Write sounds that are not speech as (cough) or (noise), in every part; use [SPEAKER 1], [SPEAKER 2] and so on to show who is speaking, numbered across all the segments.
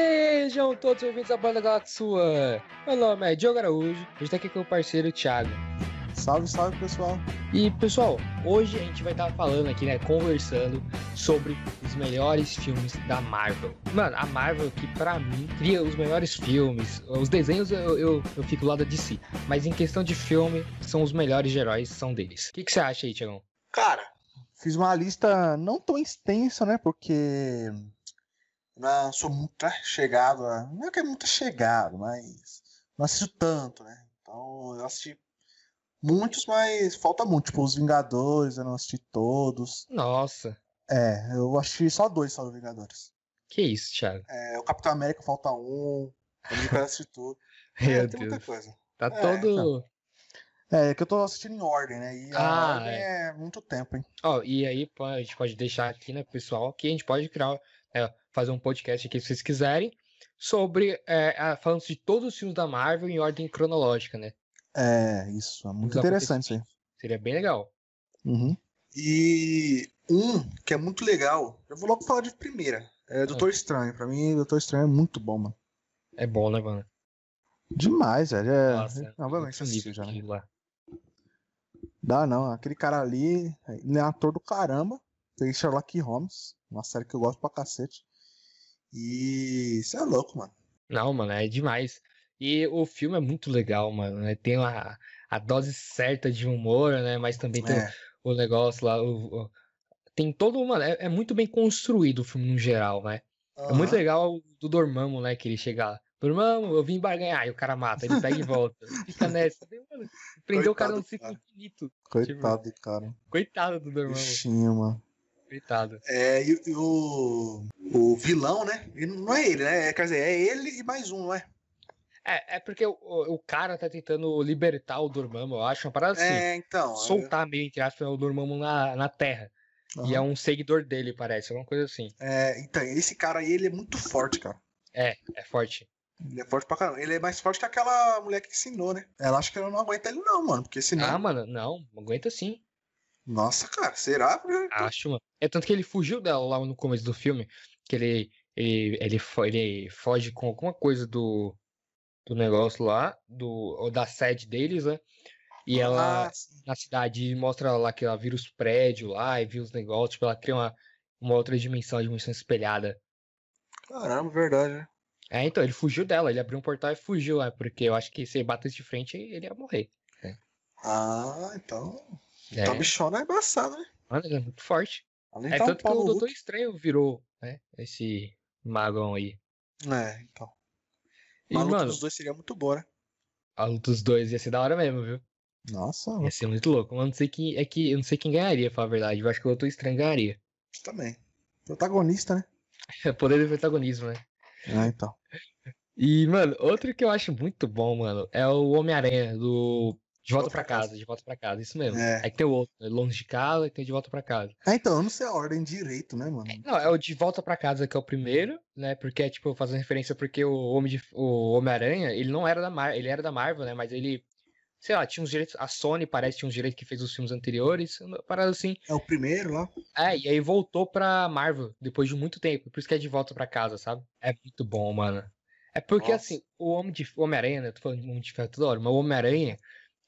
[SPEAKER 1] Sejam todos bem-vindos à Banda Galáxia Sua. Meu nome é Diogo Araújo, a gente tá aqui com o parceiro Thiago.
[SPEAKER 2] Salve, salve pessoal.
[SPEAKER 1] E pessoal, hoje a gente vai estar falando aqui, né, conversando sobre os melhores filmes da Marvel. Mano, a Marvel que pra mim cria os melhores filmes. Os desenhos eu, eu, eu fico do lado de si, mas em questão de filme, são os melhores heróis, são deles. O que, que você acha aí, Tiagão?
[SPEAKER 3] Cara,
[SPEAKER 2] Fiz uma lista não tão extensa, né? Porque
[SPEAKER 3] não sou muito chegado a... Não é que é muito chegado, mas não assisto tanto, né? Então eu assisti muitos, mas falta muito. Tipo, os Vingadores, eu não assisti todos.
[SPEAKER 1] Nossa,
[SPEAKER 2] é, eu achei só dois só do Vingadores.
[SPEAKER 1] que isso, Thiago?
[SPEAKER 3] É, o Capitão América falta um. Eu não quero assistir tudo.
[SPEAKER 1] Meu
[SPEAKER 3] é, tem
[SPEAKER 1] Deus,
[SPEAKER 3] muita coisa.
[SPEAKER 1] tá
[SPEAKER 3] É,
[SPEAKER 1] todo...
[SPEAKER 2] É, que eu tô assistindo em ordem, né? E
[SPEAKER 1] Ah,
[SPEAKER 2] a ordem é. muito tempo, hein?
[SPEAKER 1] Ó, e aí pô, a gente pode deixar aqui, né, pessoal, que a gente pode criar, né, fazer um podcast aqui se vocês quiserem, sobre, é, a- falando de todos os filmes da Marvel em ordem cronológica, né?
[SPEAKER 2] É, isso, é muito
[SPEAKER 1] Os
[SPEAKER 2] interessante isso aí.
[SPEAKER 1] Seria bem legal.
[SPEAKER 2] Uhum.
[SPEAKER 3] E um que é muito legal, eu vou logo falar de primeira. É Doutor Estranho. Pra mim, Doutor Estranho é muito bom, mano.
[SPEAKER 1] É bom, né, mano?
[SPEAKER 2] Demais, velho. É,
[SPEAKER 1] Nossa,
[SPEAKER 2] novamente
[SPEAKER 1] outro
[SPEAKER 2] assisti
[SPEAKER 1] nível
[SPEAKER 2] já, né?
[SPEAKER 1] aquilo lá.
[SPEAKER 2] Dá não, aquele cara ali, ele é um ator do caramba. Fez Sherlock Holmes, uma série que eu gosto pra cacete.
[SPEAKER 3] E isso é louco, mano.
[SPEAKER 1] Não, mano, é demais. E o filme é muito legal, mano, né? Tem a, a dose certa de humor, né? Mas também tem
[SPEAKER 3] É.
[SPEAKER 1] o negócio lá, o- o- tem todo, mano, é, é muito bem construído o filme no geral, né? É muito
[SPEAKER 3] Aham.
[SPEAKER 1] legal o do Dormammu, né? Que ele chega lá. Dormammu, eu vim barganhar. E o cara mata. Ele pega e volta. Fica nessa. Mano, prendeu o cara num
[SPEAKER 3] Coitado do
[SPEAKER 1] ciclo
[SPEAKER 3] cara.
[SPEAKER 1] infinito.
[SPEAKER 2] Coitado do cara.
[SPEAKER 1] Tipo, Coitado do
[SPEAKER 3] (laughs)
[SPEAKER 1] Dormammu.
[SPEAKER 2] Bichinho, mano.
[SPEAKER 1] Coitado.
[SPEAKER 3] É, e, e o, o vilão, né? E não é ele, né? Quer dizer, é ele e mais um, não é?
[SPEAKER 1] É, é porque o, o o cara tá tentando libertar o Dormammu, eu acho. Uma parada assim.
[SPEAKER 3] é, então.
[SPEAKER 1] soltar meio, entre aspas, o Dormammu na, na Terra. E é um seguidor dele, parece. Alguma coisa assim.
[SPEAKER 3] é, então, esse cara aí, ele é muito forte, cara.
[SPEAKER 1] É forte.
[SPEAKER 3] Ele é forte pra caramba. Ele é mais forte que aquela mulher que ensinou, né? Ela acha que ela não aguenta ele, não, mano. Porque senão.
[SPEAKER 1] Ah, mano, não. Aguenta sim.
[SPEAKER 3] Nossa, cara, será?
[SPEAKER 1] Acho, mano. É tanto que ele fugiu dela lá no começo do filme, que ele ele, ele, fo- ele foge com alguma coisa do, do negócio lá, do ou da sede deles, né? E ela
[SPEAKER 3] Ah, sim.
[SPEAKER 1] na cidade mostra lá que ela vira os prédios lá e vira os negócios, tipo, ela cria uma, uma outra dimensão, a dimensão espelhada.
[SPEAKER 3] Caramba, verdade, né?
[SPEAKER 1] É, então, ele fugiu dela, ele abriu um portal e fugiu, é, porque eu acho que se ele batesse de frente, ele ia morrer.
[SPEAKER 3] Ah, então.
[SPEAKER 1] É,
[SPEAKER 3] Então, a bichona é embaçada, né?
[SPEAKER 1] mano, ele é muito forte.
[SPEAKER 3] Além
[SPEAKER 1] É
[SPEAKER 3] de tá um
[SPEAKER 1] tanto que
[SPEAKER 3] pau
[SPEAKER 1] o
[SPEAKER 3] no
[SPEAKER 1] Doutor
[SPEAKER 3] Hulk.
[SPEAKER 1] Estranho virou, né, esse magão aí.
[SPEAKER 3] É, então.
[SPEAKER 1] E,
[SPEAKER 3] Mas a luta
[SPEAKER 1] mano,
[SPEAKER 3] dos dois seria muito boa, né?
[SPEAKER 1] A luta dos dois ia ser da hora mesmo, viu?
[SPEAKER 2] Nossa,
[SPEAKER 3] É.
[SPEAKER 1] Ia ser muito louco. Mas não sei quem, é que, eu não sei quem ganharia, pra falar a verdade. Eu acho que o Doutor Estranho ganharia. (laughs)
[SPEAKER 3] Também.
[SPEAKER 2] protagonista, né?
[SPEAKER 1] É poder do protagonismo, né?
[SPEAKER 2] É, então.
[SPEAKER 1] E, mano, outro que eu acho muito bom, mano, é o Homem-Aranha, do De Volta pra Casa, De Volta pra Casa, isso mesmo.
[SPEAKER 3] É.
[SPEAKER 1] Aí tem o outro, né? Longe de Casa, e tem o De Volta pra Casa.
[SPEAKER 2] É, então, eu não sei a ordem direito, né, mano?
[SPEAKER 1] Não, é o De Volta pra Casa que é o primeiro, né? Porque é, tipo, fazendo referência porque o Homem de- o Homem-Aranha, ele não era da Marvel, ele era da Marvel, né? Mas ele, sei lá, tinha uns direitos, a Sony parece tinha uns direitos que fez os filmes anteriores, uma parada assim.
[SPEAKER 3] É o primeiro lá.
[SPEAKER 1] É, e aí voltou pra Marvel depois de muito tempo. Por isso que é de volta pra casa, sabe? É muito bom, mano. É porque,
[SPEAKER 3] Nossa.
[SPEAKER 1] assim, o Homem de o Homem-Aranha, né? eu Tô falando de Homem de Ferro toda hora, mas o Homem-Aranha,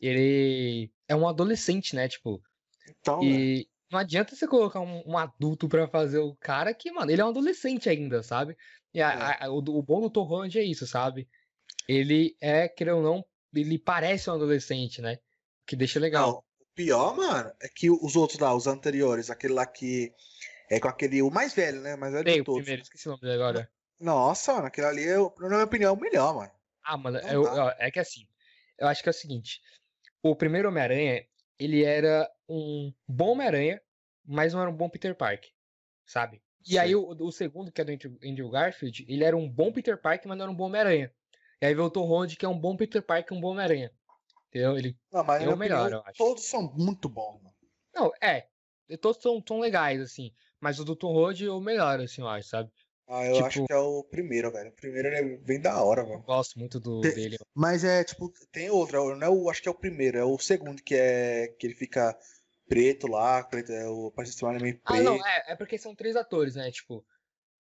[SPEAKER 1] ele é um adolescente, né? Tipo,
[SPEAKER 3] Então, né?
[SPEAKER 1] e não adianta você colocar um, um adulto pra fazer o cara que, mano, ele é um adolescente ainda, sabe? E a-
[SPEAKER 3] É.
[SPEAKER 1] a- a- o, do- o bom do Tom Holland é isso, sabe? Ele é, querendo ou não, ele parece um adolescente, né? O Que deixa legal.
[SPEAKER 3] Não, o pior, mano, é que os outros lá, os anteriores, aquele lá que é com aquele, o mais velho, né? Mais velho
[SPEAKER 1] Tem
[SPEAKER 3] de
[SPEAKER 1] o
[SPEAKER 3] todos.
[SPEAKER 1] primeiro, esqueci o nome dele agora.
[SPEAKER 3] Nossa, mano, aquele ali, é, o- na minha opinião, é o melhor, mano.
[SPEAKER 1] Ah, mano,
[SPEAKER 3] Não
[SPEAKER 1] eu-
[SPEAKER 3] dá.
[SPEAKER 1] ó, é que assim, eu acho que é o seguinte, o primeiro Homem-Aranha, ele era um bom Homem-Aranha, mas não era um bom Peter Parker, sabe? E aí o, o segundo, que é do Andrew, Andrew Garfield, ele era um bom Peter Parker, mas não era um bom Homem-Aranha. E aí veio o Tom Holland, que é um bom Peter Parker, um bom Homem-Aranha. Entendeu? Ele,
[SPEAKER 3] Não, mas
[SPEAKER 1] É
[SPEAKER 3] na
[SPEAKER 1] o
[SPEAKER 3] minha
[SPEAKER 1] melhor,
[SPEAKER 3] opinião,
[SPEAKER 1] eu acho.
[SPEAKER 3] todos são muito bons, mano.
[SPEAKER 1] não, é, todos são, são legais, assim, mas o do Tom Holland é o melhor, assim, eu acho, sabe?
[SPEAKER 3] Ah, eu
[SPEAKER 1] Tipo-
[SPEAKER 3] acho que é o primeiro, velho. O primeiro ele é bem da hora,
[SPEAKER 1] Eu
[SPEAKER 3] velho.
[SPEAKER 1] gosto muito do
[SPEAKER 3] Te-
[SPEAKER 1] dele.
[SPEAKER 3] Mas é, tipo, tem outro, não é o, acho que é o primeiro, é o segundo que é, que ele fica preto lá, preto, é o, parece que é meio
[SPEAKER 1] Ah, não,
[SPEAKER 3] preto.
[SPEAKER 1] é, é porque são três atores, né, tipo,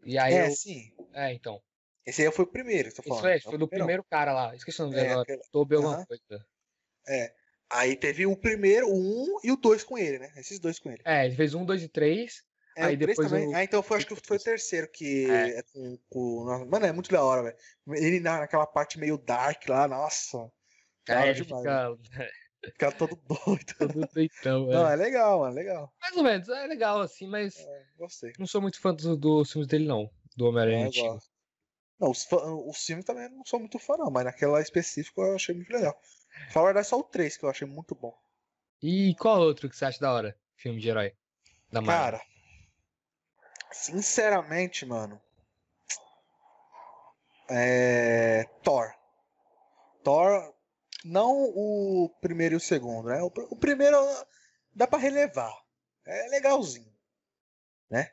[SPEAKER 1] e aí
[SPEAKER 3] é,
[SPEAKER 1] eu-
[SPEAKER 3] sim.
[SPEAKER 1] É, então.
[SPEAKER 3] Esse aí foi o primeiro, tô falando.
[SPEAKER 1] Isso é,
[SPEAKER 3] Foi o
[SPEAKER 1] foi do
[SPEAKER 3] primeirão.
[SPEAKER 1] primeiro cara lá. Esqueci o nome dele
[SPEAKER 3] É,
[SPEAKER 1] agora.
[SPEAKER 3] aquele-
[SPEAKER 1] Toby alguma
[SPEAKER 3] Aham.
[SPEAKER 1] coisa.
[SPEAKER 3] Aí teve o primeiro, o um e o dois com ele, né? Esses dois com ele.
[SPEAKER 1] É, ele fez um, dois e três.
[SPEAKER 3] É,
[SPEAKER 1] Aí
[SPEAKER 3] o três
[SPEAKER 1] depois
[SPEAKER 3] também.
[SPEAKER 1] o-
[SPEAKER 3] Ah, então foi, acho que foi o terceiro que
[SPEAKER 1] É.
[SPEAKER 3] é com, com... nossa, Mano, é muito da hora, velho. Ele na- naquela parte meio dark lá, nossa. Da
[SPEAKER 1] Aí
[SPEAKER 3] hora
[SPEAKER 1] ele
[SPEAKER 3] é demais,
[SPEAKER 1] fica
[SPEAKER 3] né? Fica todo (laughs) doido.
[SPEAKER 1] todo
[SPEAKER 3] (laughs)
[SPEAKER 1] doidão.
[SPEAKER 3] Não,
[SPEAKER 1] é.
[SPEAKER 3] é legal, mano, legal.
[SPEAKER 1] Mais ou menos, é legal assim, mas
[SPEAKER 3] Gostei.
[SPEAKER 1] não sou muito fã dos, dos filmes dele, não. Do
[SPEAKER 3] É,
[SPEAKER 1] Homem-Aranha
[SPEAKER 3] eu
[SPEAKER 1] antigo.
[SPEAKER 3] gosto. Não, os, fã- os filmes também eu não sou muito fã, não, mas naquela específica eu achei muito legal. Falar verdade, só o 3 que eu achei muito bom.
[SPEAKER 1] E qual outro que você acha da hora? Filme de herói? Da Marvel.
[SPEAKER 3] Cara, sinceramente, mano. É. Thor. Thor, não o primeiro e o segundo, né? O, pr- o primeiro dá pra relevar. É legalzinho. Né?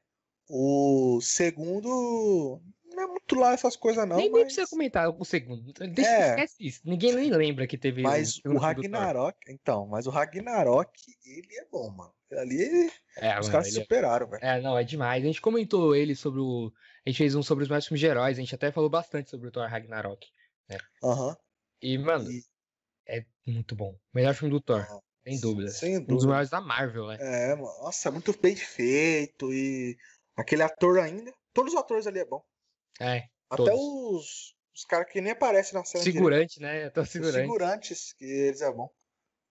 [SPEAKER 3] O segundo. Não é muito lá essas coisas, não.
[SPEAKER 1] nem, nem
[SPEAKER 3] mas...
[SPEAKER 1] precisa comentar o segundo. Deixa,
[SPEAKER 3] É.
[SPEAKER 1] Esquece isso. Ninguém nem lembra que teve. um
[SPEAKER 3] Mas
[SPEAKER 1] segundo
[SPEAKER 3] o
[SPEAKER 1] filme do Thor.
[SPEAKER 3] Ragnarok, então, mas o Ragnarok, ele é bom, mano. Ali
[SPEAKER 1] É,
[SPEAKER 3] os
[SPEAKER 1] mano,
[SPEAKER 3] caras
[SPEAKER 1] ele
[SPEAKER 3] se
[SPEAKER 1] é-
[SPEAKER 3] superaram, velho.
[SPEAKER 1] É, não, é demais. A gente comentou ele sobre o. A gente fez um sobre os mais filmes de heróis. A gente até falou bastante sobre o Thor Ragnarok.
[SPEAKER 3] Aham.
[SPEAKER 1] E, mano,
[SPEAKER 3] E-
[SPEAKER 1] é muito bom. Melhor filme do Thor,
[SPEAKER 3] Aham.
[SPEAKER 1] sem dúvida.
[SPEAKER 3] Sem
[SPEAKER 1] Um dos
[SPEAKER 3] dúvida.
[SPEAKER 1] maiores da Marvel, né?
[SPEAKER 3] É, mano. Nossa, é muito bem feito. E aquele ator ainda. Todos os atores ali é bom.
[SPEAKER 1] É.
[SPEAKER 3] Até
[SPEAKER 1] Todos.
[SPEAKER 3] os, os caras que nem aparecem na cena direito.
[SPEAKER 1] Segurante, né? Até o
[SPEAKER 3] Os
[SPEAKER 1] segurante.
[SPEAKER 3] segurantes, que eles é bom.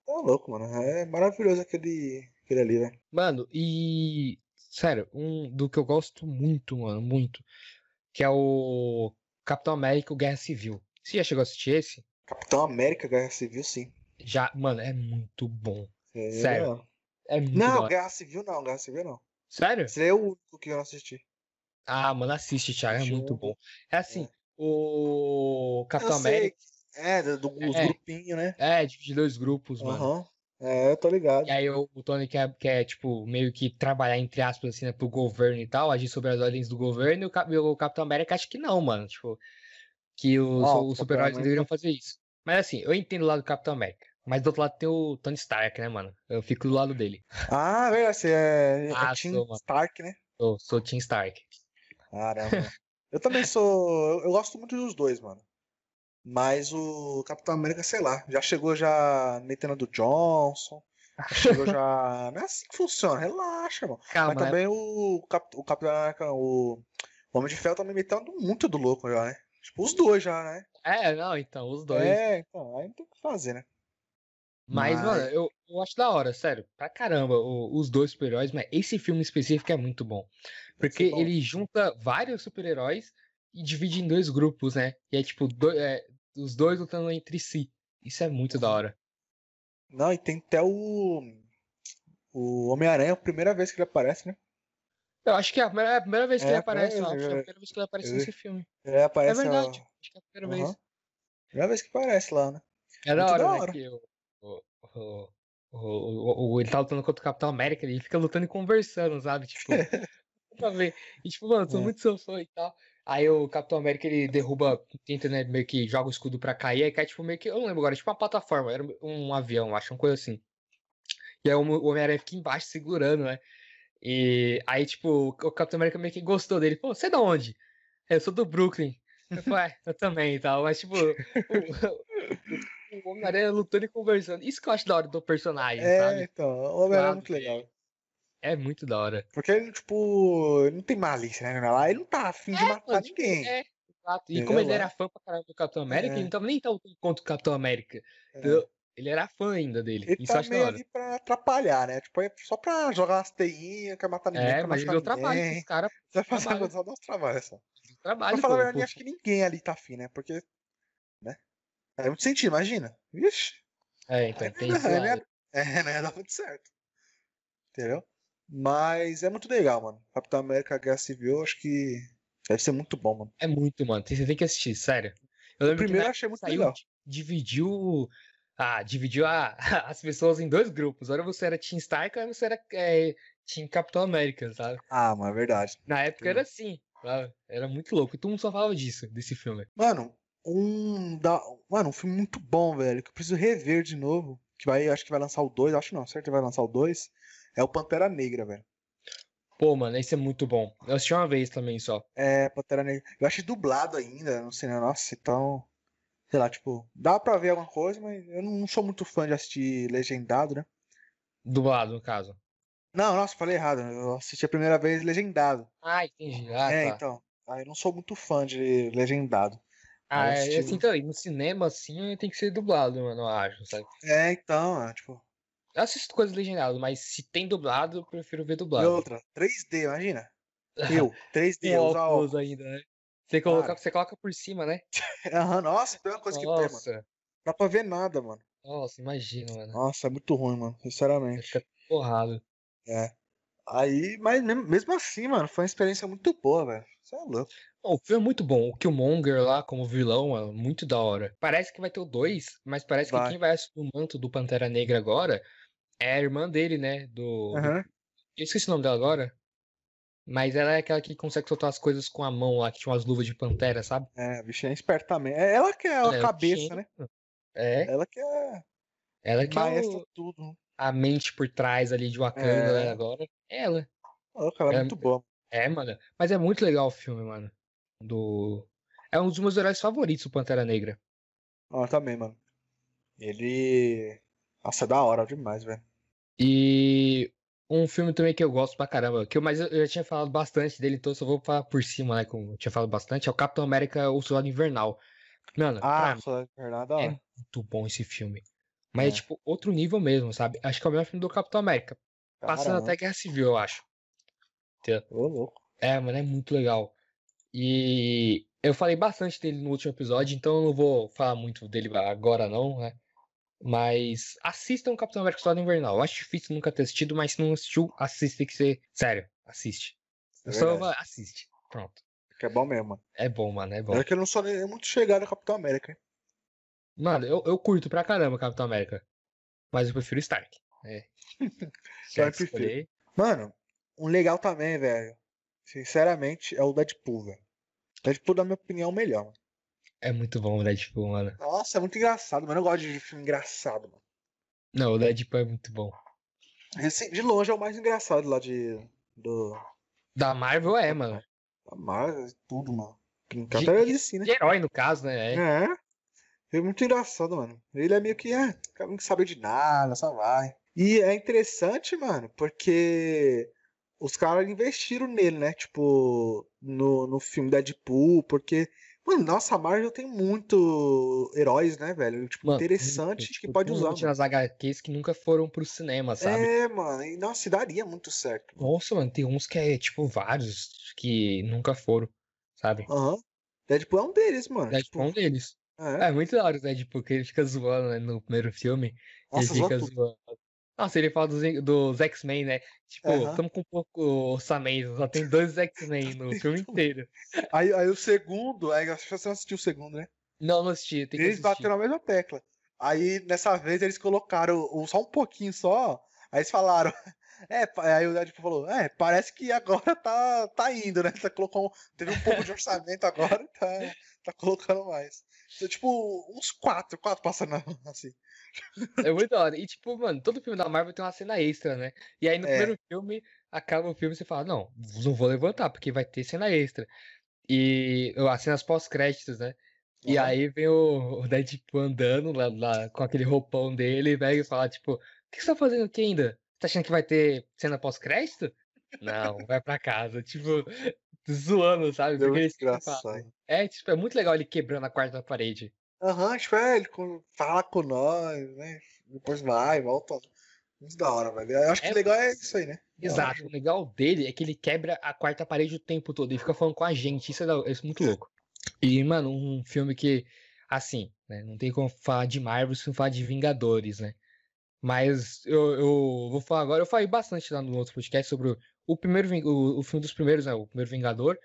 [SPEAKER 3] Tá louco, mano. É maravilhoso aquele, aquele ali, né? velho.
[SPEAKER 1] Mano, e. Sério, um do que eu gosto muito, mano, muito. Que é o Capitão América o Guerra Civil. Você já chegou a assistir esse?
[SPEAKER 3] Capitão América, Guerra Civil, sim.
[SPEAKER 1] Já, mano, é muito bom.
[SPEAKER 3] É,
[SPEAKER 1] Sério?
[SPEAKER 3] mano.
[SPEAKER 1] É muito
[SPEAKER 3] Não,
[SPEAKER 1] bom.
[SPEAKER 3] Guerra Civil não, Guerra Civil não.
[SPEAKER 1] Sério?
[SPEAKER 3] Esse é o único que eu não assisti.
[SPEAKER 1] Ah, mano, assiste, Thiago, é muito
[SPEAKER 3] Show.
[SPEAKER 1] bom. É assim, o Capitão
[SPEAKER 3] Eu sei
[SPEAKER 1] América
[SPEAKER 3] que- É, do, do dos
[SPEAKER 1] É.
[SPEAKER 3] grupinhos, né?
[SPEAKER 1] é de dois grupos, mano.
[SPEAKER 3] Aham. É, eu tô ligado.
[SPEAKER 1] (laughs) E aí o, o Tony quer, quer, tipo, meio que trabalhar, entre aspas, assim, né, pro governo e tal, agir sobre as ordens do governo, e o, Cap- e o Capitão América acha que não, mano. Tipo, que os,
[SPEAKER 3] Ó, o
[SPEAKER 1] os
[SPEAKER 3] Capitão
[SPEAKER 1] super-heróis não
[SPEAKER 3] América-
[SPEAKER 1] deveriam fazer isso. Mas assim, eu entendo o lado do Capitão América. Mas do outro lado tem o Tony Stark, né, mano? Eu fico do lado dele.
[SPEAKER 3] Ah, verdade, você é, é
[SPEAKER 1] Ah,
[SPEAKER 3] Tim
[SPEAKER 1] sou, mano.
[SPEAKER 3] Stark, né?
[SPEAKER 1] Eu sou o Tim Stark. (laughs)
[SPEAKER 3] Caramba. eu também sou. Eu, eu gosto muito dos dois, mano. Mas o Capitão América, sei lá, já chegou já metendo do Johnson. Já
[SPEAKER 1] (laughs)
[SPEAKER 3] chegou já. Não é assim que funciona, relaxa, mano.
[SPEAKER 1] Calma,
[SPEAKER 3] Mas
[SPEAKER 1] né?
[SPEAKER 3] também o, Cap... o Capitão América, o... o Homem de Ferro tá me imitando muito do louco já, né? Tipo, os dois já, né?
[SPEAKER 1] É, não, então, os dois.
[SPEAKER 3] É, então, aí não tem o que fazer, né?
[SPEAKER 1] Mas,
[SPEAKER 3] Mas-
[SPEAKER 1] mano, eu, eu acho da hora, sério. Pra caramba, o- os dois super-heróis, mas esse filme específico é muito bom. Porque
[SPEAKER 3] bom.
[SPEAKER 1] ele junta vários super-heróis e divide em dois grupos, né? E é tipo, do- é, os dois lutando entre si. Isso é muito da hora.
[SPEAKER 3] Não, e tem até o. O Homem-Aranha, a primeira vez que ele aparece, né?
[SPEAKER 1] Eu acho que é a primeira, é a primeira vez que
[SPEAKER 3] É,
[SPEAKER 1] ele
[SPEAKER 3] a primeira
[SPEAKER 1] aparece lá.
[SPEAKER 3] vez,
[SPEAKER 1] Acho que é a
[SPEAKER 3] é.
[SPEAKER 1] primeira vez que ele aparece
[SPEAKER 3] Eu
[SPEAKER 1] nesse filme. É
[SPEAKER 3] Ele aparece. ó,
[SPEAKER 1] verdade. Acho que é a primeira
[SPEAKER 3] Aham.
[SPEAKER 1] vez.
[SPEAKER 3] Primeira vez que aparece lá, né?
[SPEAKER 1] É da
[SPEAKER 3] Muito
[SPEAKER 1] hora,
[SPEAKER 3] da
[SPEAKER 1] né?
[SPEAKER 3] hora.
[SPEAKER 1] Que o, o, o, o- o- o- ele tá lutando contra o Capitão América, ele fica lutando e conversando, sabe? Tipo,
[SPEAKER 3] (laughs)
[SPEAKER 1] pra ver. E tipo, mano, sou
[SPEAKER 3] É.
[SPEAKER 1] muito seu fã e tal. Aí o Capitão América ele derruba, tenta, né, meio que joga o escudo pra cair, aí cai, tipo, meio que. Eu não lembro agora, tipo uma plataforma, era um avião, acho, uma coisa assim. E aí o Mo- o Homem-Aranha fica embaixo segurando, né? E aí, tipo, o Capitão América meio que gostou dele. Pô, você é da onde? Eu sou do Brooklyn. Eu falei, "Ah, eu também e tal. Mas, tipo, o, o Homem-Aranha lutando e conversando. Isso que eu acho da hora do personagem,
[SPEAKER 3] É,
[SPEAKER 1] sabe?
[SPEAKER 3] então, o Homem-Aranha é
[SPEAKER 1] Sabe?
[SPEAKER 3] muito legal.
[SPEAKER 1] É muito da hora.
[SPEAKER 3] Porque ele, tipo, ele não tem malícia, né? Lá ele não tá afim de matar
[SPEAKER 1] mano, tipo,
[SPEAKER 3] ninguém.
[SPEAKER 1] é, exato. E
[SPEAKER 3] Entendeu?
[SPEAKER 1] como ele
[SPEAKER 3] Lá-
[SPEAKER 1] era fã pra caramba do Capitão América,
[SPEAKER 3] É.
[SPEAKER 1] ele não tava nem tão contra o Capitão América.
[SPEAKER 3] É.
[SPEAKER 1] entendeu? Ele era fã ainda dele.
[SPEAKER 3] Ele
[SPEAKER 1] Isso eu
[SPEAKER 3] tá
[SPEAKER 1] acho da
[SPEAKER 3] meio
[SPEAKER 1] hora.
[SPEAKER 3] ali pra atrapalhar, né? Tipo, é só pra jogar umas teinhas, quer né, matar ninguém,
[SPEAKER 1] É,
[SPEAKER 3] quer
[SPEAKER 1] mas ele
[SPEAKER 3] machucar
[SPEAKER 1] deu trabalho
[SPEAKER 3] ninguém.
[SPEAKER 1] pros caras.
[SPEAKER 3] (laughs) Você vai fazer
[SPEAKER 1] trabalho.
[SPEAKER 3] só dá uns trabalhos só.
[SPEAKER 1] deu Trabalho,
[SPEAKER 3] Pra falar a
[SPEAKER 1] pô,
[SPEAKER 3] verdade,
[SPEAKER 1] pô.
[SPEAKER 3] acho que ninguém ali tá afim, né? Porque. Né? É muito sentido, imagina. Vixe. (laughs)
[SPEAKER 1] É, então, tem
[SPEAKER 3] Não,
[SPEAKER 1] esse
[SPEAKER 3] né?
[SPEAKER 1] lado.
[SPEAKER 3] É, né? Dá muito certo. Entendeu? Mas é muito legal, mano. Capitão América Guerra Civil, eu acho que deve ser muito bom, mano.
[SPEAKER 1] É muito, mano. tem- Você tem que assistir, sério. Eu
[SPEAKER 3] O
[SPEAKER 1] lembro que na
[SPEAKER 3] primeiro eu achei muito
[SPEAKER 1] saiu,
[SPEAKER 3] legal.
[SPEAKER 1] di- dividiu, ah, dividiu a, (laughs) as pessoas em dois grupos. Ora você era Team Stark, ora você era eh, Team Capitão América, sabe?
[SPEAKER 3] Ah, mas é verdade.
[SPEAKER 1] Na época era assim, sabe? Era muito louco. E todo mundo só falava disso, desse filme.
[SPEAKER 3] Mano, um da... Mano, um filme muito bom, velho, que eu preciso rever de novo, que vai, acho que vai lançar o 2, acho não, certo? Vai lançar o 2. É o Pantera Negra, velho.
[SPEAKER 1] Pô, mano, esse é muito bom. Eu assisti uma vez também só.
[SPEAKER 3] É, Pantera Negra. Eu achei dublado ainda no cinema. Nossa, então. Sei lá, tipo, dá pra ver alguma coisa, mas eu não sou muito fã de assistir legendado, né?
[SPEAKER 1] Dublado, no caso.
[SPEAKER 3] Não, nossa, falei errado. Eu assisti a primeira vez legendado.
[SPEAKER 1] Ah, entendi. Ah,
[SPEAKER 3] é,
[SPEAKER 1] tá.
[SPEAKER 3] então. Ah, eu não sou muito fã de legendado.
[SPEAKER 1] Ah,
[SPEAKER 3] eu
[SPEAKER 1] é,
[SPEAKER 3] assisti- um.
[SPEAKER 1] assim, então, e no cinema, assim, tem que ser dublado, mano, eu acho, sabe?
[SPEAKER 3] É, então, é, tipo.
[SPEAKER 1] Eu assisto coisas legendadas, mas se tem dublado, eu prefiro ver
[SPEAKER 3] E
[SPEAKER 1] dublado.
[SPEAKER 3] outra,
[SPEAKER 1] (laughs)
[SPEAKER 3] 3D, imagina. Eu, 3D,
[SPEAKER 1] Com
[SPEAKER 3] eu usar óculos.
[SPEAKER 1] óculos ainda, né? Você coloca,
[SPEAKER 3] Cara.
[SPEAKER 1] você coloca por cima, né?
[SPEAKER 3] Aham, nossa, pior coisa que tem, mano.
[SPEAKER 1] nossa,
[SPEAKER 3] Dá pra ver nada, mano.
[SPEAKER 1] nossa, imagina, mano.
[SPEAKER 3] Nossa, é muito ruim, mano.
[SPEAKER 1] Vai
[SPEAKER 3] Sinceramente.
[SPEAKER 1] ficar porrado.
[SPEAKER 3] Aí, mas mesmo, mesmo assim, mano, foi uma experiência muito boa, velho. Você é louco.
[SPEAKER 1] Não, o filme é muito bom. O Killmonger lá como vilão é muito da hora. Parece que vai ter o 2, mas parece que
[SPEAKER 3] Vai.
[SPEAKER 1] quem vai assumir o manto do Pantera Negra agora é a irmã dele, né? Do, do-
[SPEAKER 3] Aham.
[SPEAKER 1] Eu esqueci o nome dela agora. Mas ela é aquela que consegue soltar as coisas com a mão lá, que tinha umas luvas de pantera, sabe?
[SPEAKER 3] É, a bichinha é esperta também. É ela que é a
[SPEAKER 1] Ela é o
[SPEAKER 3] cabeça,
[SPEAKER 1] Shang.
[SPEAKER 3] né?
[SPEAKER 1] É,
[SPEAKER 3] Ela que é
[SPEAKER 1] ela que é
[SPEAKER 3] maestra
[SPEAKER 1] o-
[SPEAKER 3] tudo.
[SPEAKER 1] a mente por trás ali de Wakanda né,
[SPEAKER 3] É.
[SPEAKER 1] agora. É ela.
[SPEAKER 3] Louco, ela é
[SPEAKER 1] É-
[SPEAKER 3] muito boa.
[SPEAKER 1] É, mano. Mas é muito legal o filme, mano. Do... É um dos meus heróis favoritos, o Pantera Negra.
[SPEAKER 3] Ela também, mano. Ele. Nossa, é da hora demais, velho.
[SPEAKER 1] E um filme também que eu gosto pra caramba, que eu, mas eu eu já tinha falado bastante dele, então eu só vou falar por cima, né? Como eu tinha falado bastante, é o Capitão América O Soldado Invernal. Mano,
[SPEAKER 3] Ah,
[SPEAKER 1] pra mim
[SPEAKER 3] só verdade, da
[SPEAKER 1] é
[SPEAKER 3] hora.
[SPEAKER 1] muito bom esse filme. Mas é.
[SPEAKER 3] É.
[SPEAKER 1] tipo outro nível mesmo, sabe? Acho que é o melhor filme do Capitão América. Passando
[SPEAKER 3] Caramba,
[SPEAKER 1] até Guerra Civil, eu acho.
[SPEAKER 3] Ô, louco.
[SPEAKER 1] É, mano, é muito legal. E eu falei bastante dele no último episódio, então eu não vou falar muito dele agora, não, né? Mas assistam Capitão América Soldado Invernal. Eu acho difícil nunca ter assistido, mas se não assistiu, assista que você. Sério, assiste.
[SPEAKER 3] É
[SPEAKER 1] Eu só
[SPEAKER 3] verdade.
[SPEAKER 1] assiste. Pronto.
[SPEAKER 3] Que é bom mesmo, mano.
[SPEAKER 1] É bom, mano, é bom.
[SPEAKER 3] Olha que eu não sou nem muito chegado ao Capitão América, hein?
[SPEAKER 1] Mano, eu, eu curto pra caramba Capitão América. Mas eu prefiro Stark. É. (laughs) Se
[SPEAKER 3] Eu
[SPEAKER 1] é que
[SPEAKER 3] prefiro.
[SPEAKER 1] escolher,
[SPEAKER 3] Mano, um legal também, velho. Sinceramente, é o Deadpool, velho. Deadpool, na minha opinião, é o melhor. Mano.
[SPEAKER 1] é muito bom o Deadpool, mano.
[SPEAKER 3] Nossa, é muito engraçado, mano. Eu gosto de filme engraçado, mano.
[SPEAKER 1] Não, o Deadpool é muito bom.
[SPEAKER 3] Esse, de longe é o mais engraçado lá de. Do.
[SPEAKER 1] Da Marvel é, mano.
[SPEAKER 3] Da Marvel, e tudo, mano. Brincar
[SPEAKER 1] De-
[SPEAKER 3] até ele sim, né?
[SPEAKER 1] De herói, no caso, né? É.
[SPEAKER 3] É. É muito engraçado, mano. Ele é meio que, é, o cara não sabe de nada, só vai. E é interessante, mano, porque os caras investiram nele, né? Tipo, no, no filme Deadpool, porque, mano, nossa, a Marvel tem muito heróis, né, velho? Tipo,
[SPEAKER 1] Mano,
[SPEAKER 3] interessante
[SPEAKER 1] muito,
[SPEAKER 3] que
[SPEAKER 1] tipo,
[SPEAKER 3] pode
[SPEAKER 1] tem um
[SPEAKER 3] usar.
[SPEAKER 1] monte nas HQs que nunca foram pro cinema,
[SPEAKER 3] mano.
[SPEAKER 1] sabe?
[SPEAKER 3] É, mano, e nossa, daria muito certo.
[SPEAKER 1] Nossa, mano, tem uns que é, tipo, vários que nunca foram, sabe?
[SPEAKER 3] Aham. Deadpool é um deles, mano.
[SPEAKER 1] Deadpool é um
[SPEAKER 3] Tipo,
[SPEAKER 1] deles.
[SPEAKER 3] é.
[SPEAKER 1] É muito da hora o Deadpool, que ele fica zoando, né, no primeiro filme.
[SPEAKER 3] Nossa,
[SPEAKER 1] ele
[SPEAKER 3] zoa
[SPEAKER 1] fica
[SPEAKER 3] tudo.
[SPEAKER 1] zoando. Nossa, ele fala dos, dos X-Men, né? Tipo,
[SPEAKER 3] Aham.
[SPEAKER 1] estamos com pouco orçamento, só tem dois X-Men
[SPEAKER 3] (laughs)
[SPEAKER 1] no filme inteiro.
[SPEAKER 3] Aí, aí o segundo, aí acho que você não assistiu o segundo, né?
[SPEAKER 1] Não, não assisti, tem que
[SPEAKER 3] Eles
[SPEAKER 1] assistir.
[SPEAKER 3] bateram na mesma tecla. Aí, nessa vez, eles colocaram o- só um pouquinho só. Aí eles falaram. (laughs) É, pa- aí o Deadpool falou, é, parece que agora tá, tá indo, né? Tá colocou, um- teve um pouco de orçamento agora, tá, tá colocando mais. Então, tipo, uns quatro, quatro passando (laughs) na mão, assim.
[SPEAKER 1] É muito da hora. E, tipo, mano, todo filme da Marvel tem uma cena extra, né? E aí no
[SPEAKER 3] É.
[SPEAKER 1] primeiro filme, acaba o filme e você fala, não, não vou levantar, porque vai ter cena extra. E ó, as cenas pós-créditos, né? E
[SPEAKER 3] Aham.
[SPEAKER 1] aí vem o, o Deadpool andando lá, lá com aquele roupão dele, velho, e fala, tipo, o que você tá fazendo aqui ainda? Tá achando que vai ter cena pós-crédito? Não, vai pra casa. Tipo, (laughs) zoando, sabe?
[SPEAKER 3] Deu
[SPEAKER 1] Porque
[SPEAKER 3] muito
[SPEAKER 1] ele sempre fala-
[SPEAKER 3] engraçado.
[SPEAKER 1] É, tipo, é muito legal ele quebrando a quarta parede.
[SPEAKER 3] Aham, tipo, é, ele com- fala com nós, né? Depois vai, volta. Muito da hora, velho. Eu acho que
[SPEAKER 1] É,
[SPEAKER 3] o legal é isso aí, né? Eu
[SPEAKER 1] Exato, o legal dele é que ele quebra a quarta parede o tempo todo, ele fica falando com a gente, isso é, da- isso é muito louco. E, mano, um filme que, assim, né, não tem como falar de Marvel se não falar de Vingadores, né? Mas eu, eu vou falar agora, eu falei bastante lá no outro podcast sobre o, o primeiro, Ving- o, o filme dos primeiros, né, o primeiro Vingador,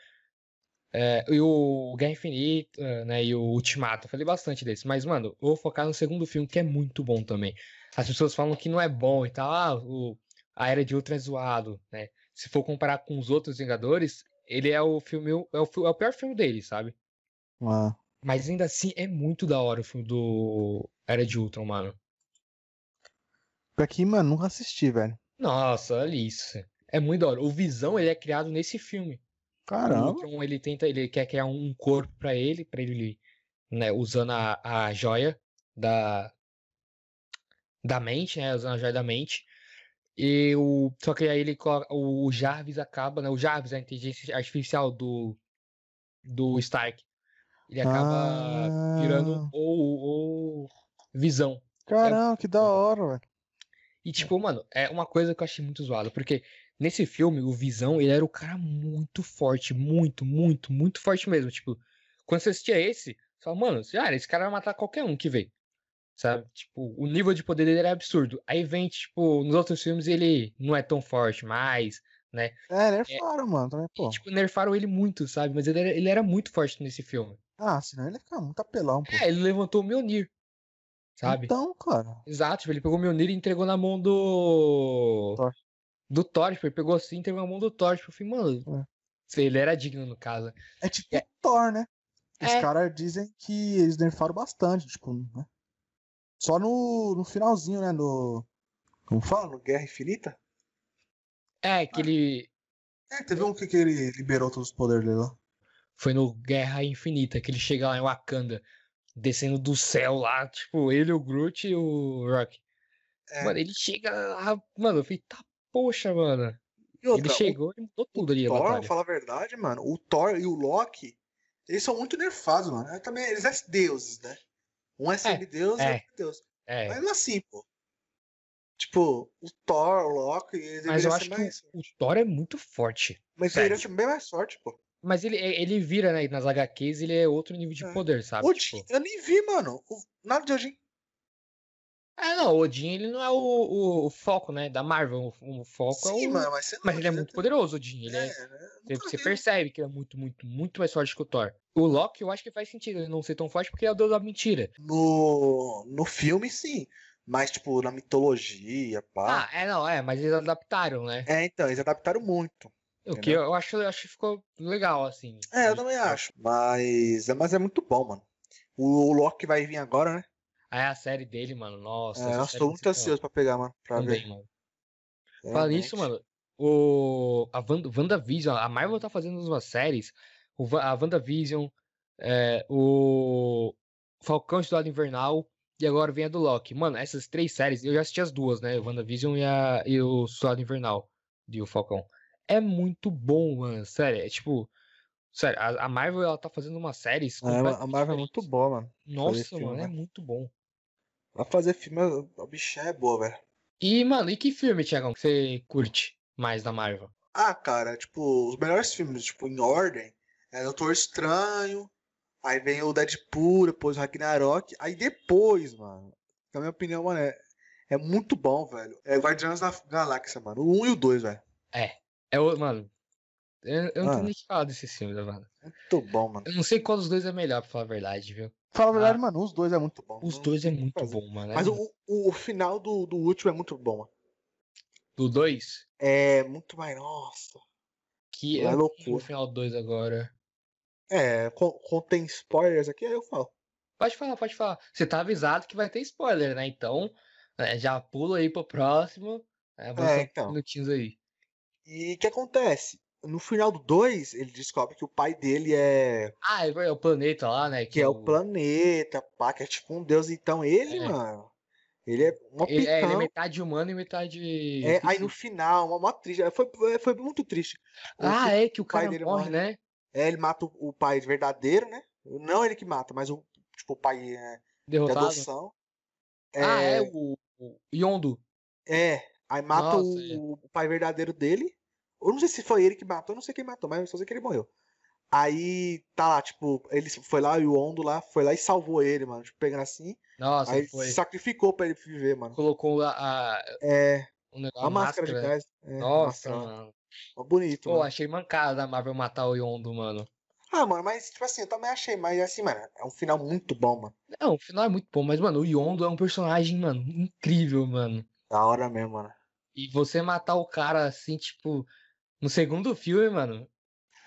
[SPEAKER 1] é, e o Guerra Infinita, né, e o Ultimato, eu falei bastante desse, mas, mano, eu vou focar no segundo filme, que é muito bom também. As pessoas falam que não é bom e tal, ah, o a Era de Ultron é zoado, né? Se for comparar com os outros Vingadores, ele é o filme, é o, fi- é o pior filme dele, sabe?
[SPEAKER 2] Ah,
[SPEAKER 1] Mas ainda assim é muito da hora o filme do Era de Ultron, mano.
[SPEAKER 2] Pior que, mano, nunca assisti, velho.
[SPEAKER 1] Nossa, olha isso. É muito da hora. O Visão, ele é criado nesse filme. O
[SPEAKER 2] Caramba.
[SPEAKER 1] Ultron, Então, ele tenta, ele quer criar um corpo pra ele, pra ele, né, usando a, a joia da da mente, né, usando a joia da mente. E o só que aí ele coloca- o Jarvis acaba, né, o Jarvis, a inteligência artificial do do Stark. Ele acaba
[SPEAKER 2] Ah.
[SPEAKER 1] virando o, o Visão.
[SPEAKER 3] é
[SPEAKER 2] Caramba, que da hora, velho.
[SPEAKER 1] E tipo, mano, é uma coisa que eu achei muito zoada, porque nesse filme, o Visão, ele era o cara muito forte, muito, muito, muito forte mesmo. Tipo, quando você assistia esse, você fala, mano, cara, esse cara vai matar qualquer um que vem. Sabe? Tipo, o nível de poder dele era absurdo. Aí vem, tipo, nos outros filmes ele não é tão forte mais.
[SPEAKER 2] É, nerfaram, mano. Também,
[SPEAKER 1] E,
[SPEAKER 2] pô.
[SPEAKER 1] tipo, nerfaram ele muito, sabe? Mas ele era, ele era muito forte nesse filme.
[SPEAKER 2] Ah, senão ele ia ficar muito apelão, pô.
[SPEAKER 1] É, ele levantou o Mjolnir. Sabe?
[SPEAKER 2] Então, cara.
[SPEAKER 1] Exato, tipo, ele pegou o Mjolnir e entregou na mão do.
[SPEAKER 2] Thor.
[SPEAKER 1] Do Thor, tipo, ele pegou assim e entregou na mão do Thor. Tipo, eu falei, mano,
[SPEAKER 2] É.
[SPEAKER 1] se ele era digno no caso.
[SPEAKER 2] É tipo Thor, né? Os
[SPEAKER 1] É.
[SPEAKER 2] caras dizem que eles nerfaram bastante, tipo, né? Só no, no finalzinho, né? No. Como fala?
[SPEAKER 3] Mano, Guerra Infinita?
[SPEAKER 1] É,
[SPEAKER 3] Ah.
[SPEAKER 1] que ele.
[SPEAKER 3] É, teve um que, que ele liberou todos os poderes dele lá.
[SPEAKER 1] Foi no Guerra Infinita, que ele chega lá em Wakanda, descendo do céu lá, tipo, ele, o Groot e o Rock.
[SPEAKER 3] É.
[SPEAKER 1] Mano, ele chega lá, mano, eu falei, tá, poxa, mano.
[SPEAKER 3] E outra,
[SPEAKER 1] ele chegou e mudou tudo ali,
[SPEAKER 3] o
[SPEAKER 1] a
[SPEAKER 3] tá, Thor,
[SPEAKER 1] batalha.
[SPEAKER 3] pra falar a verdade, mano, o Thor e o Loki, eles são muito nerfados, mano. É, também, eles são deuses, né? Um é semideus e
[SPEAKER 1] é.
[SPEAKER 3] outro é deus.
[SPEAKER 1] É.
[SPEAKER 3] Mas mesmo assim, pô. Tipo, o Thor, o Loki, ele
[SPEAKER 1] Mas
[SPEAKER 3] deveria
[SPEAKER 1] eu
[SPEAKER 3] ser
[SPEAKER 1] acho que
[SPEAKER 3] mais.
[SPEAKER 1] o- o Thor é muito forte.
[SPEAKER 3] Mas
[SPEAKER 1] Sério.
[SPEAKER 3] ele ser bem mais forte, pô.
[SPEAKER 1] Mas ele, é- ele vira, né? Nas HQs ele é outro nível de
[SPEAKER 3] É.
[SPEAKER 1] poder, sabe?
[SPEAKER 3] Odin,
[SPEAKER 1] Tipo,
[SPEAKER 3] eu nem vi, mano. O- nada de Odin.
[SPEAKER 1] ah, não, o Odin ele não é o, o, o foco, né? Da Marvel. O, o foco
[SPEAKER 3] Sim,
[SPEAKER 1] é o.
[SPEAKER 3] mano, mas você não.
[SPEAKER 1] Mas ele é
[SPEAKER 3] você-
[SPEAKER 1] muito poderoso, Odin. Ele
[SPEAKER 3] É,
[SPEAKER 1] é-
[SPEAKER 3] né?
[SPEAKER 1] você,
[SPEAKER 3] Nunca
[SPEAKER 1] você
[SPEAKER 3] vi.
[SPEAKER 1] percebe que ele é muito, muito, muito mais forte que o Thor. O Loki, eu acho que faz sentido ele não ser tão forte porque ele é o deus da mentira.
[SPEAKER 3] No, no filme, sim. Mas, tipo, na mitologia, pá.
[SPEAKER 1] Ah, é, não, é, mas eles adaptaram, né?
[SPEAKER 3] É, então, eles adaptaram muito.
[SPEAKER 1] O que eu, eu acho, eu acho que ficou legal, assim.
[SPEAKER 3] É, eu
[SPEAKER 1] de-
[SPEAKER 3] também acho. Mas é, mas é muito bom, mano. O, o Loki vai vir agora, né?
[SPEAKER 1] Aí a série dele, mano, nossa.
[SPEAKER 3] É,
[SPEAKER 1] essa
[SPEAKER 3] eu
[SPEAKER 1] série vai
[SPEAKER 3] estou
[SPEAKER 1] ser
[SPEAKER 3] muito
[SPEAKER 1] da hora.
[SPEAKER 3] ansioso pra pegar, mano. Pra
[SPEAKER 1] Também,
[SPEAKER 3] ver.
[SPEAKER 1] mano.
[SPEAKER 2] Uhum.
[SPEAKER 1] Falando nisso,
[SPEAKER 3] Realmente.
[SPEAKER 1] mano, o, a Wanda, WandaVision, a Marvel tá fazendo umas séries, o, Wa- a WandaVision, é, o Falcão Estudado Invernal, e agora vem a do Loki. Mano, essas três séries, eu já assisti as duas, né? WandaVision e, a, e o Estudado Invernal, de o Falcão. É muito bom, mano, sério, é tipo... Sério, a, a Marvel, ela tá fazendo umas séries...
[SPEAKER 2] É, a
[SPEAKER 1] completamente
[SPEAKER 2] Marvel é muito
[SPEAKER 1] diferentes.
[SPEAKER 2] boa, mano.
[SPEAKER 1] Nossa,
[SPEAKER 2] filme,
[SPEAKER 1] mano, é
[SPEAKER 2] né?
[SPEAKER 1] muito bom.
[SPEAKER 3] Pra fazer filme, a bicha é boa, velho.
[SPEAKER 1] E, mano, e que filme, Tiagão, que você curte mais da Marvel?
[SPEAKER 3] Ah, cara, tipo, os melhores filmes, tipo, em ordem, é Doutor Estranho, aí vem o Deadpool, depois o Ragnarok, aí depois, mano, na minha opinião, mano, é, é muito bom, velho. É Guardiões da Galáxia, mano, o 1 e o 2, velho.
[SPEAKER 1] É o, mano. Eu, eu não tenho
[SPEAKER 3] Ah.
[SPEAKER 1] nem o que falar desse filme, né, mano.
[SPEAKER 3] Muito bom, mano.
[SPEAKER 1] Eu não sei qual dos dois é melhor, pra falar a verdade, viu?
[SPEAKER 2] Fala a verdade,
[SPEAKER 1] Ah.
[SPEAKER 2] mano, os dois é muito.
[SPEAKER 3] Muito bom.
[SPEAKER 1] Os
[SPEAKER 3] Não-
[SPEAKER 1] dois é
[SPEAKER 3] não tem o que
[SPEAKER 1] muito
[SPEAKER 3] fazer.
[SPEAKER 1] bom, mano. é
[SPEAKER 3] Mas
[SPEAKER 1] muito-
[SPEAKER 3] o, o, o final do, do último é muito bom, mano.
[SPEAKER 1] do dois
[SPEAKER 3] É muito mais, nossa.
[SPEAKER 1] que
[SPEAKER 3] É
[SPEAKER 1] eu não lembro
[SPEAKER 3] loucura.
[SPEAKER 1] o final do dois agora.
[SPEAKER 3] É, con- contém spoilers aqui, aí eu falo.
[SPEAKER 1] Pode falar, pode falar. Você tá avisado que vai ter spoiler, né? Então, é, já pula aí pro próximo. É, avança uns
[SPEAKER 3] então.
[SPEAKER 1] minutinhos aí.
[SPEAKER 3] E o que acontece? No final do 2, ele descobre que o pai dele é
[SPEAKER 1] Ah, é, é o planeta lá, né?
[SPEAKER 3] Que é o planeta, pá, que é tipo um deus. Então ele,
[SPEAKER 1] É.
[SPEAKER 3] mano, ele é uma
[SPEAKER 1] Ele é, ele é
[SPEAKER 3] pitão.
[SPEAKER 1] metade humano e metade.
[SPEAKER 3] É, aí no final, uma, uma triste. é, Foi, é, foi muito triste. O
[SPEAKER 1] Ah,
[SPEAKER 3] que-
[SPEAKER 1] é que o
[SPEAKER 3] pai
[SPEAKER 1] cara
[SPEAKER 3] dele
[SPEAKER 1] morre,
[SPEAKER 3] morre.
[SPEAKER 1] né?
[SPEAKER 3] é, ele mata o, o pai verdadeiro, né? Não ele que mata, mas o, tipo, o pai é, de
[SPEAKER 1] Derrotado.
[SPEAKER 3] adoção.
[SPEAKER 1] Ah, é
[SPEAKER 3] É,
[SPEAKER 1] o, o Yondo.
[SPEAKER 3] é, aí mata
[SPEAKER 1] Nossa,
[SPEAKER 3] o,
[SPEAKER 1] é.
[SPEAKER 3] o pai verdadeiro dele. Eu não sei se foi ele que matou, eu não sei quem matou, mas eu só sei que ele morreu. Aí tá lá, tipo, ele foi lá, e o Ondo lá foi lá e salvou ele, mano. Tipo, pegando assim.
[SPEAKER 1] Nossa,
[SPEAKER 3] aí
[SPEAKER 1] foi.
[SPEAKER 3] sacrificou pra ele viver, mano.
[SPEAKER 1] Colocou a, a-
[SPEAKER 3] É.
[SPEAKER 1] um negócio,
[SPEAKER 3] A máscara, de gás. É, a
[SPEAKER 1] Nossa,
[SPEAKER 3] máscara.
[SPEAKER 1] mano.
[SPEAKER 3] Ó, Bonito,
[SPEAKER 1] Pô,
[SPEAKER 3] mano.
[SPEAKER 1] achei mancada da Marvel matar o Yondo, mano.
[SPEAKER 3] Ah, mano, mas tipo assim, eu também achei, mas assim, mano, é um final muito bom, mano.
[SPEAKER 1] Não, o final é muito bom, mas, mano, o Yondo é um personagem, mano, incrível, mano.
[SPEAKER 3] Da hora mesmo, mano.
[SPEAKER 1] E você matar o cara assim, tipo, no segundo filme, mano.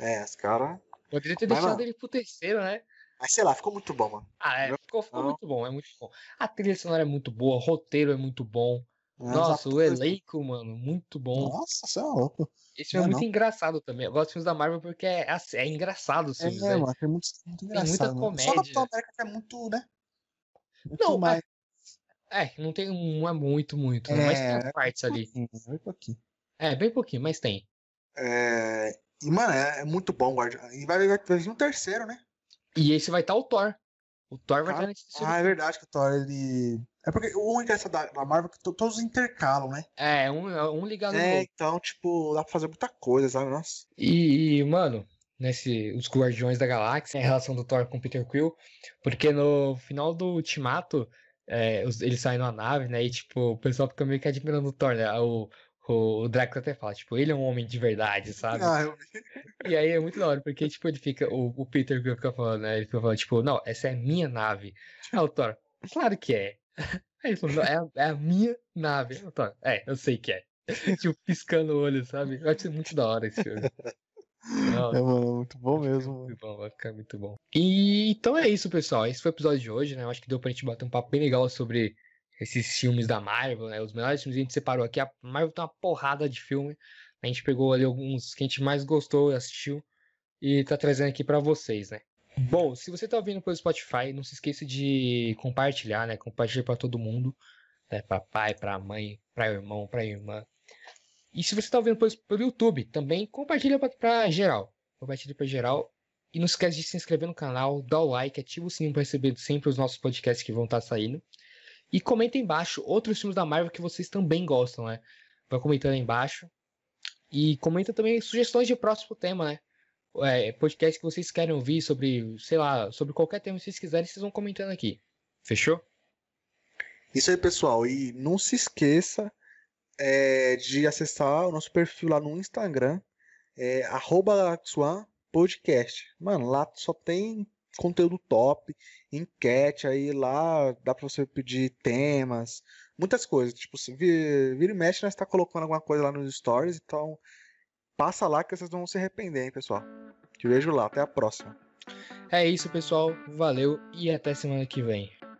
[SPEAKER 3] É, os caras.
[SPEAKER 1] Poderia ter
[SPEAKER 3] Mas,
[SPEAKER 1] deixado
[SPEAKER 3] mano-
[SPEAKER 1] ele pro terceiro, né?
[SPEAKER 3] Mas sei lá, ficou muito bom, mano.
[SPEAKER 1] Ah, é,
[SPEAKER 3] Não,
[SPEAKER 1] ficou, ficou
[SPEAKER 3] não.
[SPEAKER 1] muito bom, é muito bom. A trilha sonora é muito boa, o roteiro é muito bom. Nossa, o elenco, mano, muito bom.
[SPEAKER 2] Nossa, você é louco.
[SPEAKER 1] Esse filme é
[SPEAKER 2] Não é
[SPEAKER 1] muito engraçado também. Eu gosto de filmes da Marvel porque é, ass- é engraçado os
[SPEAKER 2] É,
[SPEAKER 1] filmes, né?
[SPEAKER 2] mano, tem muito, muito
[SPEAKER 1] muita
[SPEAKER 2] engraçado. mano. Só
[SPEAKER 1] comédia.
[SPEAKER 2] Capitão América que é muito, né? Muito
[SPEAKER 1] Não,
[SPEAKER 2] mais.
[SPEAKER 1] É, não tem um, é muito, muito, né? mas tem
[SPEAKER 2] É,
[SPEAKER 1] as partes ali.
[SPEAKER 2] pouquinho, né? Muito pouquinho.
[SPEAKER 1] É, bem pouquinho, mas tem.
[SPEAKER 3] É, E, mano, é, é muito bom, Guardião. E vai, vai, vai vir um terceiro, né?
[SPEAKER 1] E esse vai estar o Thor. O Thor vai
[SPEAKER 3] Cara,
[SPEAKER 1] estar nesse filme.
[SPEAKER 3] Ah, é verdade que o Thor, ele. É porque o engraçado da, da Marvel é que to- todos intercalam, né?
[SPEAKER 1] É, um, um ligado no
[SPEAKER 3] É,
[SPEAKER 1] outro.
[SPEAKER 3] então, tipo, dá pra fazer muita coisa, sabe? Nossa.
[SPEAKER 1] E, e, mano, nesse Os Guardiões da Galáxia, em relação do Thor com o Peter Quill, porque no final do Ultimato, é, os- ele sai numa nave, né? E, tipo, o pessoal fica meio que admirando o Thor, né? O, o, o Drax até fala, tipo, ele é um homem de verdade, sabe?
[SPEAKER 3] Ah, eu-
[SPEAKER 1] E aí é muito da hora, porque, tipo, ele fica, o, o Peter Quill fica falando, né? Ele fica falando, tipo, não, essa é a minha nave. Aí o Thor, claro que é. Aí ele falou, não, é, a- é a minha nave. Aí o Thor, é, eu sei que é. (laughs) Tipo, piscando o olho, sabe? Eu acho muito da hora esse filme. Não,
[SPEAKER 2] É, mano, é muito bom
[SPEAKER 1] vai ficar
[SPEAKER 2] mesmo. mano.
[SPEAKER 1] Muito bom, vai ficar muito bom. E então é isso, pessoal. Esse foi o episódio de hoje, né? Eu acho que deu pra gente bater um papo bem legal sobre esses filmes da Marvel, né? Os melhores filmes que a gente separou aqui. A Marvel tem uma porrada de filme. A gente pegou ali alguns que a gente mais gostou e assistiu e tá trazendo aqui pra vocês, né? Bom, se você tá ouvindo pelo Spotify, não se esqueça de compartilhar, né? Compartilha pra todo mundo, né? Pra pai, pra mãe, pra irmão, pra irmã. E se você tá ouvindo pelo- pelo YouTube, também compartilha pra, pra geral. Compartilha pra geral e não esquece de se inscrever no canal, dar o like, ativa o sininho para receber sempre os nossos podcasts que vão estar saindo. E comenta aí embaixo outros filmes da Marvel que vocês também gostam, né? Vai comentando aí embaixo. E comenta também sugestões de próximo tema, né? É, podcast que vocês querem ouvir sobre, sei lá, sobre qualquer tema que vocês quiserem, vocês vão comentando aqui. Fechou?
[SPEAKER 3] Isso aí, pessoal. E não se esqueça é, de acessar o nosso perfil lá no Instagram, é, arroba Laxuan Podcast. Mano, lá só tem conteúdo top, enquete aí lá, dá pra você pedir temas, muitas coisas. Tipo, se vi- vira e mexe, nós tá colocando alguma coisa lá nos stories, então passa lá que vocês não vão se arrepender, hein, pessoal. Te vejo lá, até a próxima.
[SPEAKER 1] É isso, pessoal. Valeu e até semana que vem.